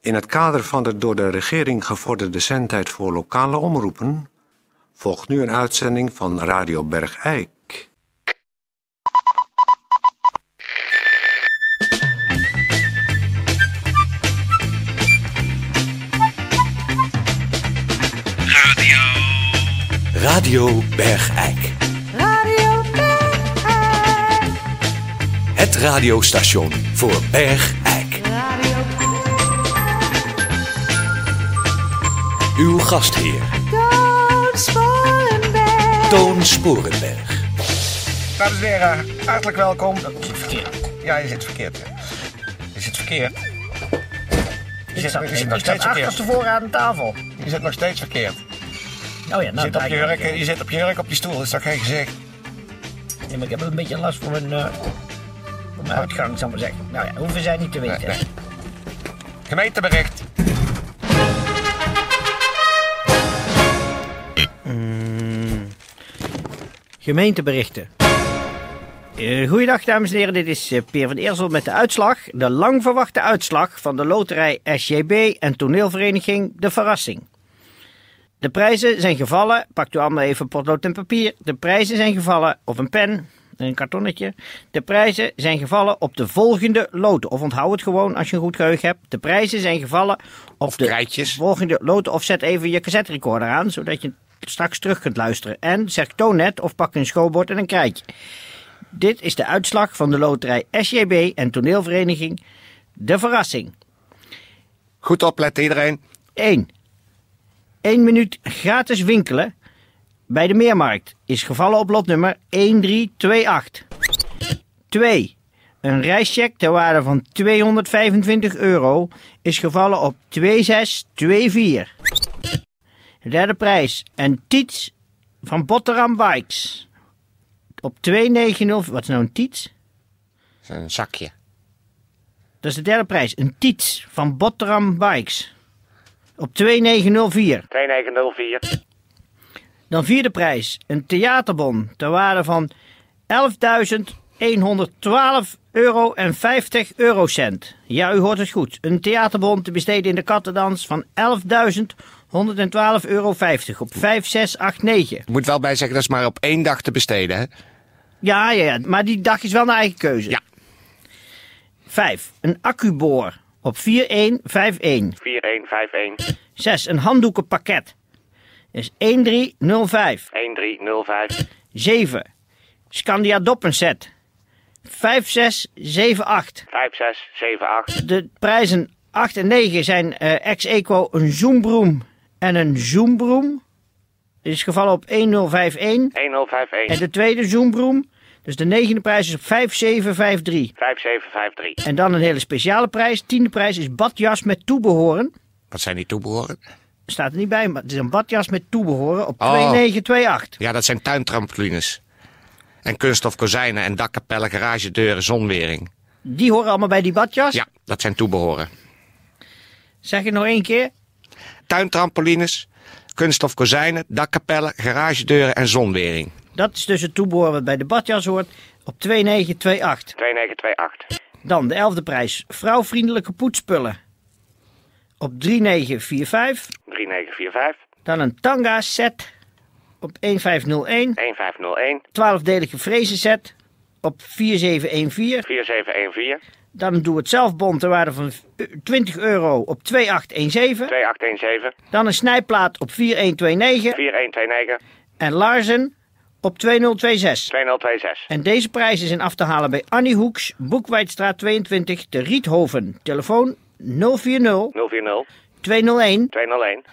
In het kader van de door de regering gevorderde zendtijd voor lokale omroepen volgt nu een uitzending van Radio Bergijk. Radio Bergijk. Radio Bergijk. Het radiostation voor Bergijk. Radio Uw gastheer Toon Sporenberg. Toon Sporenberg. Dames en heren, hartelijk welkom. Dat zit verkeerd. Ja, je zit verkeerd. Je zit verkeerd. Je zit, je zit nog steeds verkeerd. tevoren aan de tafel. Je zit nog steeds verkeerd. Oh ja, Je nou zit op je draai ik jurk, even. je zit op je jurk op die stoel. Dat is toch geen gezicht? Nee, maar ik heb een beetje last van mijn, eh, van mijn uitgang, zal ik maar zeggen. Nou ja, hoeven zij niet te weten. Nee, Gemeentebericht. Gemeenteberichten. Eh, goeiedag dames en heren, dit is eh, Peer van Eersel met de uitslag. De lang verwachte uitslag van de loterij SJB en toneelvereniging De Verrassing. De prijzen zijn gevallen. Pakt u allemaal even potlood en papier. De prijzen zijn gevallen, of een pen, een kartonnetje. De prijzen zijn gevallen op de volgende loten. Of onthoud het gewoon als je een goed geheugen hebt. De prijzen zijn gevallen op de volgende loten. Of zet even je cassette recorder aan, zodat je straks terug kunt luisteren. En zeg toonnet of pak een schoolbord en een krijtje. Dit is de uitslag van de loterij SJB en toneelvereniging De Verrassing. Goed opletten iedereen. 1. 1 minuut gratis winkelen bij de Meermarkt is gevallen op lotnummer 1328. 2. Een reischeck ter waarde van 225 euro is gevallen op 2624. Derde prijs. Een tiets van Botteram Bikes. Op 2905. Wat is nou een tiets? Een zakje. Dat is de derde prijs. Een tiets van Botteram Bikes. Op 2904. 2904. Dan vierde prijs, een theaterbon ter waarde van 11.112 euro en 50 eurocent. Ja, u hoort het goed. Een theaterbon te besteden in de kattendans van 11.112,50 euro op 5, 6, 8, 9. Ik moet wel bij zeggen, dat is maar op één dag te besteden. Hè? Ja, ja, ja, maar die dag is wel naar eigen keuze. Ja. 5. Een accuboor op 4151. 4151. 6. Een handdoekenpakket. Is 1305. 1305. 7. Scandia doppenset. 5, 6, 7, 8. 5678. De prijzen 8 en 9 zijn eh, ex-equo een Zoombroom en een Zoombroom. Dit is gevallen op 1051. 1051. En de tweede Zoombroom, dus de negende prijs is op 5753. 5753. En dan een hele speciale prijs. Tiende prijs is badjas met toebehoren. Wat zijn die toebehoren? Staat er niet bij, maar het is een badjas met toebehoren op Oh. 2928. Ja, dat zijn tuintrampolines. En kunststof kozijnen en dakkapellen, garagedeuren, zonwering. Die horen allemaal bij die badjas. Ja, dat zijn toebehoren. Zeg het nog één keer. Tuintrampolines, kunststof kozijnen, dakkapellen, garagedeuren en zonwering. Dat is dus het toebehoren wat bij de badjas hoort op 2928. 2928. Dan de elfde prijs. Vrouwvriendelijke poetspullen. Op 3945. 3945. Dan een tanga set. Op 1501. 1501. 12-delige frezen set. Op 4714. 4714. Dan een doe-het-zelf bon ter waarde van eh, 20 euro op 2817. 2817. Dan een snijplaat op 4129. 4129 En Larsen op 2026. 2026. En deze prijs is in af te halen bij Annie Hoeks, Boekwijdstraat 22, te Riethoven. Telefoon 040 040 201 201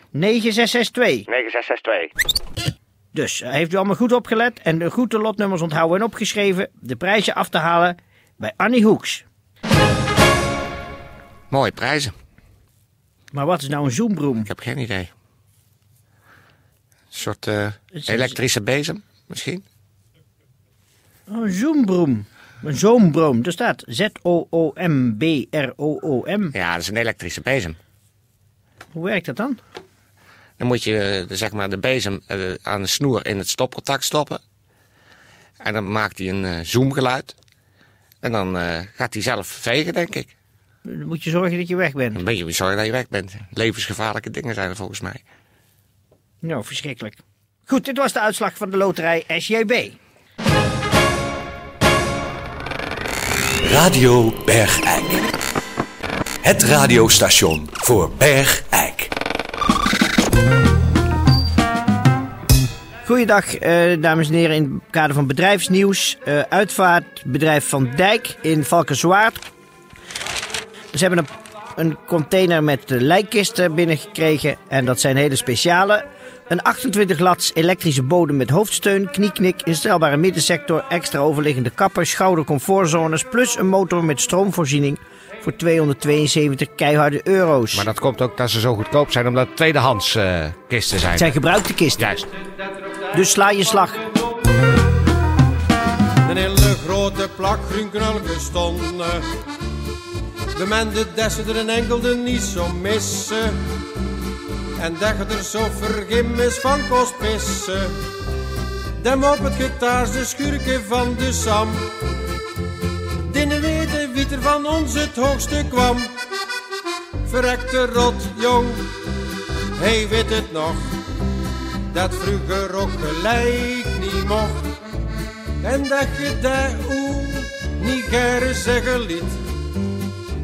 9662. 9662. Dus eh, heeft u allemaal goed opgelet en de goede lotnummers onthouden en opgeschreven. De prijzen af te halen bij Annie Hoeks. Mooie prijzen. Maar wat is nou een zoombroem? Ik heb geen idee. Een soort eh, is- elektrische bezem misschien? Oh, een zoombroem. Een zoombroom. Er staat Z-O-O-M-B-R-O-O-M. Ja, dat is een elektrische bezem. Hoe werkt dat dan? Dan moet je eh, de- zeg maar de bezem eh, aan de snoer in het stopcontact stoppen. En dan maakt hij een eh, zoomgeluid. En dan eh, gaat hij zelf vegen, denk ik. Dan moet je zorgen dat je weg bent. Een beetje zorgen dat je weg bent. Levensgevaarlijke dingen zijn er volgens mij. Nou, verschrikkelijk. Goed, dit was de uitslag van de loterij SJB. Radio Bergijk. Het radiostation voor Bergijk. Goeiedag, eh, dames en heren. In het kader van bedrijfsnieuws. eh, uitvaartbedrijf Van Dijk in Valkenswaard. Ze hebben een, een container met eh, lijkkisten binnengekregen. En dat zijn hele speciale. Een 28-lats elektrische bodem met hoofdsteun, knieknik, instelbare middensector, extra overliggende kappen, schoudercomfortzones, plus een motor met stroomvoorziening voor 272 keiharde euro's. Maar dat komt ook dat ze zo goedkoop zijn, omdat het tweedehands eh, kisten zijn. Het zijn gebruikte kisten, Juist. dus sla je slag. Een hele grote plak groen knullige stonden. We menden dessen er een enkelde niet zo missen. En dat je er zo vergimmis van kost pissen. Dem op het getaars de schurken van de Sam. Dinnen weten wie er van ons het hoogste kwam. Verrekte rot, jong, hij weet het nog. Dat vroeger ook gelijk niet mocht. En dat je daar oe niet garen zeggen liet.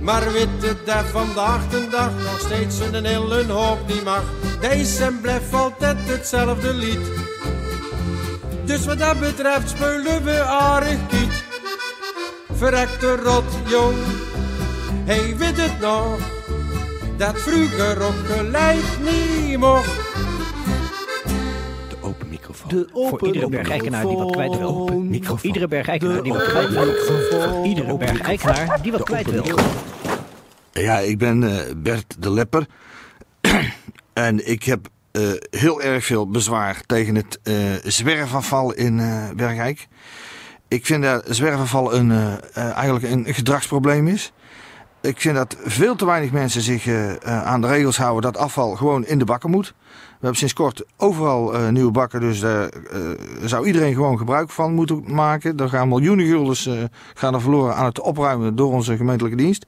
Maar weet het dat vandaag de dag nog steeds een hele hoop niet mag. Deze en blijft altijd hetzelfde lied. Dus wat dat betreft spelen we aardig kiet. Verrekte rot, jong, hij weet het nog. Dat vroeger ook gelijk niet mocht. De voor iedere bergeigenaar die wat kwijt wil. Voor iedere bergeigenaar die wat kwijt wil. Voor iedere bergeigenaar die wat kwijt wil. Ja, ik ben eh, Bert de Lepper. en ik heb eh, heel erg veel bezwaar tegen het eh, zwerfafval in eh Bergijk. Ik vind dat zwerfafval een, eh, eh, eigenlijk een gedragsprobleem is. Ik vind dat veel te weinig mensen zich eh, eh, aan de regels houden dat afval gewoon in de bakken moet. We hebben sinds kort overal eh, nieuwe bakken, dus daar eh, zou iedereen gewoon gebruik van moeten maken. Er gaan miljoenen guldens eh, gaan er verloren aan het opruimen door onze gemeentelijke dienst.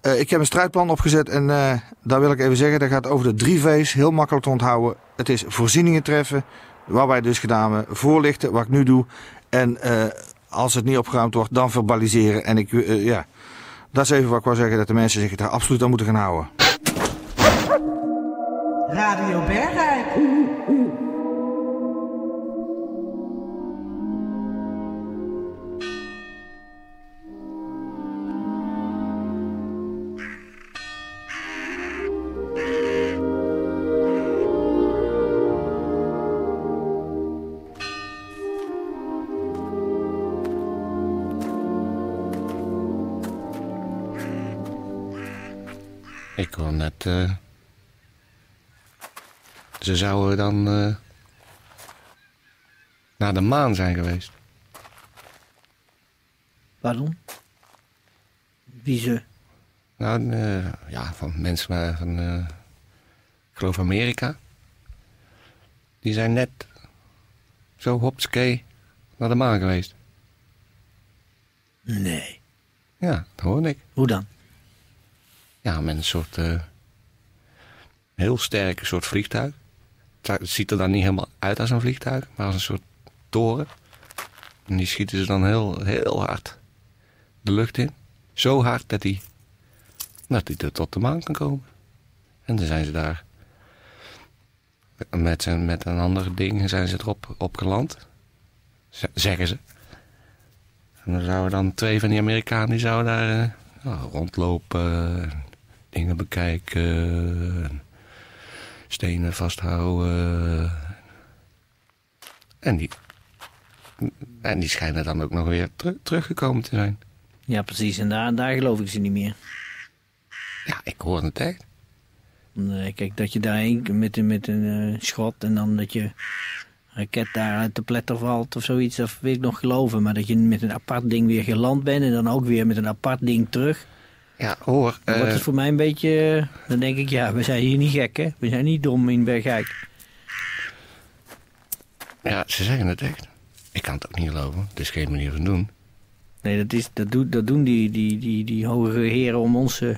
Eh, ik heb een strijdplan opgezet en eh, daar wil ik even zeggen, dat gaat over de drie V's, heel makkelijk te onthouden. Het is voorzieningen treffen, waarbij dus gedaan eh, voorlichten, wat ik nu doe. En eh, als het niet opgeruimd wordt, dan verbaliseren. En ik, eh, ja, dat is even wat ik wil zeggen, dat de mensen zich daar absoluut aan moeten gaan houden. Radio Bergijk. Ik hoor net. eh, ze zouden dan. eh, naar de maan zijn geweest. Pardon? Wie ze? Nou, eh, ja, van mensen eh, van. eh, ik geloof Amerika. Die zijn net. zo hopskee naar de maan geweest. Nee. Ja, dat hoorde ik. Hoe dan? Ja, met een soort. eh, heel sterke soort vliegtuig. Het zou- Het ziet er dan niet helemaal uit als een vliegtuig, maar als een soort toren. En die schieten ze dan heel, heel hard de lucht in. Zo hard dat die. dat die er tot de maan kan komen. En dan zijn ze daar. Met, zijn- met een ander ding zijn ze erop op geland. Z- zeggen ze. En dan zouden dan twee van die Amerikanen die zouden daar eh, ja, rondlopen, eh, dingen bekijken, eh, stenen vasthouden. En die, en die schijnen dan ook nog weer teru- teruggekomen te zijn. Ja, precies. En daar, daar geloof ik ze niet meer. Ja, ik hoor het echt. Nee, eh, kijk, dat je daar een, met, een- met een eh, schot en dan dat je raket daar uit de pletter valt of zoiets, dat wil ik nog geloven. Maar dat je met een apart ding weer geland bent en dan ook weer met een apart ding terug. Ja, hoor. Dan wordt eh, het voor mij een beetje... eh, Dan denk ik, ja, we zijn hier niet gek, hè? We zijn niet dom in Bergijk. ja, ze zeggen het echt. Ik kan het ook niet geloven. Het is geen manier van doen. Nee, dat, is, dat, doet, dat doen die, die, die, die hogere heren om ons... eh,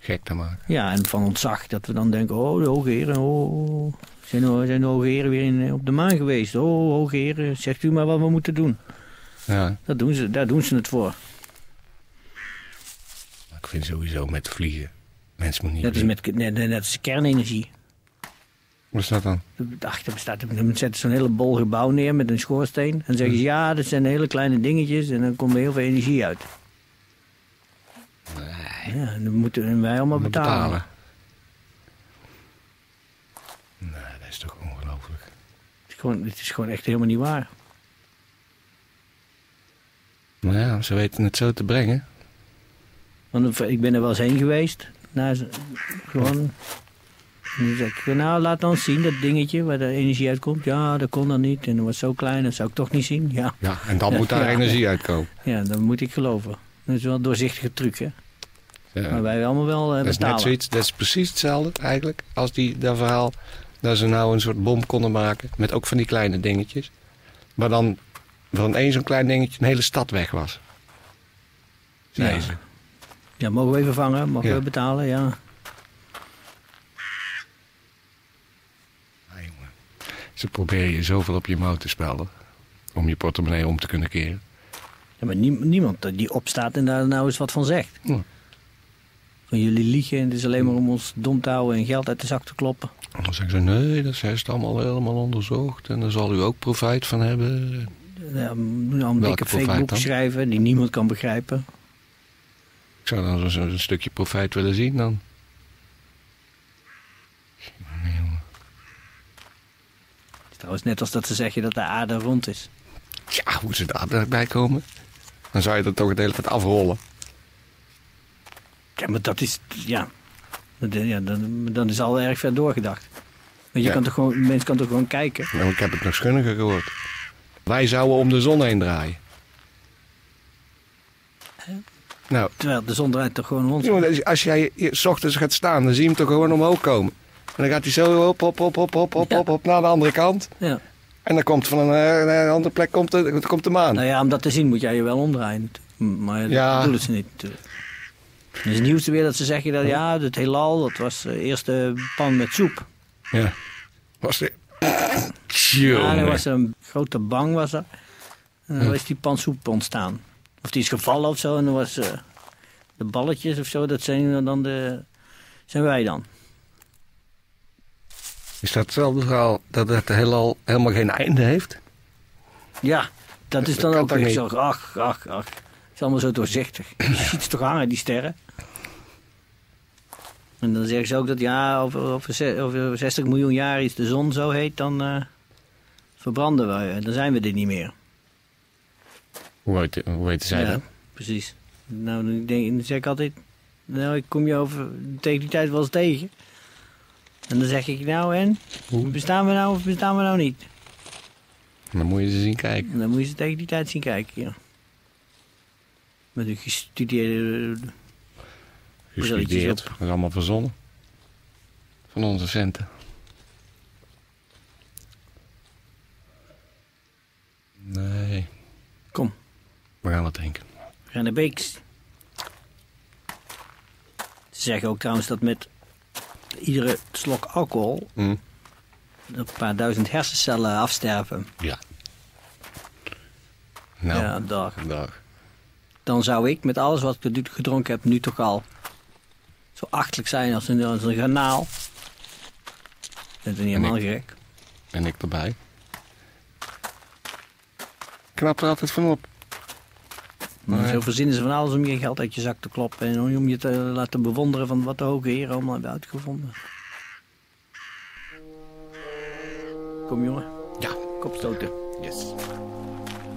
Gek te maken. ja, en van ontzag dat we dan denken... Oh, de hoge heren, oh, oh. Zijn, de- zijn de hoge heren weer in, eh, op de maan geweest? Oh, hoge heren, zegt u maar wat we moeten doen. Ja. Dat doen ze, daar doen ze het voor. Maar ik vind sowieso met vliegen. Mensen moeten niet. Dat is, met, nee, nee, dat is kernenergie. Hoe is dat dan? Ach, dan, staat, dan zetten ze een hele bol gebouw neer met een schoorsteen. En zeggen ze, ja, dat zijn hele kleine dingetjes en dan komt er heel veel energie uit. Ja, en dan moeten wij allemaal Moet betalen. Nee, dat is toch ongelooflijk. Het, is gewoon, het is gewoon echt helemaal niet waar. Maar Nou ja, ze weten het zo te brengen. Want ik ben er wel eens heen geweest. Naar, z- gewoon... En dan zeg ik, nou, laat dan zien dat dingetje waar de energie uitkomt. Ja, dat kon dan niet. En dat was zo klein, dat zou ik toch niet zien. Ja, Ja, en dan moet daar Ja. energie uitkomen. ja dat moet ik geloven. Dat is wel een doorzichtige truc, hè. Ja. Maar wij allemaal wel eh, Dat is betalen. net zoiets, dat is precies hetzelfde eigenlijk als die, dat verhaal dat ze nou een soort bom konden maken met ook van die kleine dingetjes. Maar dan van één zo'n klein dingetje een hele stad weg was. Zei Ja. ze. Ja, mogen we even vangen? Mogen Ja. we betalen? Ja. Ja, jongen. Ze proberen je zoveel op je mouw te spelden om je portemonnee om te kunnen keren. Ja, maar nie- niemand die opstaat en daar nou eens wat van zegt. Ja. Van jullie liegen en het is alleen maar om ons dom te houden en geld uit de zak te kloppen. En dan zeggen ze, nee, dat is allemaal helemaal onderzocht en daar zal u ook profijt van hebben. Ja, nou, een Welke dikke profijt fake boek dan? schrijven die niemand kan begrijpen. Ik zou dan zo'n zo'n stukje profijt willen zien dan. Het is trouwens net als dat ze zeggen dat de aarde rond is. Tja, hoe ze daarbij komen. Dan zou je dat toch de hele tijd afrollen. Ja, maar dat is... Ja, Dat- eh, ja dan, dan is al erg ver doorgedacht. Want je Ja. kan toch gewoon, mens kan toch gewoon kijken. Nou, ik heb het nog schunniger gehoord. Wij zouden om de zon heen draaien. Nou, Terwijl de zon draait toch gewoon rond. jongen, dat is- als jij hier s ochtends gaat staan, dan zie je hem toch gewoon omhoog komen. En dan gaat hij zo hop, hop, hop, hop, hop, hop, Ja. hop, hop naar de andere kant. Ja. En dan komt van een, eh, een andere plek komt de, komt de maan. Nou ja, om dat te zien moet jij je wel omdraaien. natuurlijk. Maar dat Ja. bedoelen ze niet natuurlijk. Het is het nieuwste weer dat ze zeggen dat ja, het heelal, dat was de eerste pan met soep. Ja. Was dit? Ja, Tjonge. er was een grote bang was er. En dan is die pan soep ontstaan. Of die is gevallen of zo. En dan was eh, de balletjes of zo, dat zijn dan de... Zijn wij dan? Is dat hetzelfde verhaal dat het heelal helemaal geen einde heeft? Ja, dat is Dat dan kan ook toch weer niet? zo. Ach, ach, ach. Het is allemaal zo doorzichtig. Je ziet ze toch hangen, die sterren. En dan zeggen ze ook dat ja, over, over, ze- over 60 miljoen jaar is de zon zo heet, dan eh, verbranden we. eh, Dan zijn we er niet meer. Hoe weet, hoe weten ja, precies. Nou, dan, denk, dan zeg ik altijd, nou, ik kom je over, tegen die tijd wel eens tegen. En dan zeg ik, nou en? Bestaan we nou of bestaan we nou niet? Dan moet je ze zien kijken. En dan moet je ze tegen die tijd zien kijken, ja. Met een gestudeerde... Gestudeerd. Dat is allemaal verzonnen. Van onze centen. Nee, Kom, we gaan wat denken. we gaan naar Beeks. Ze zeggen ook trouwens dat met iedere slok alcohol... Mm. een paar duizend hersencellen afsterven. Ja. Nou, Ja, dag. dag. Dan zou ik met alles wat ik gedronken heb nu toch al... zo achtelijk zijn als een, als een garnaal. Dat is niet helemaal gek. En ik erbij. Knap er altijd van op. Maar Nee. zo verzinnen ze van alles om je geld uit je zak te kloppen. En om je te laten bewonderen van wat de hoge heren allemaal hebben uitgevonden. Kom jongen. Ja. Kopstoten. Yes.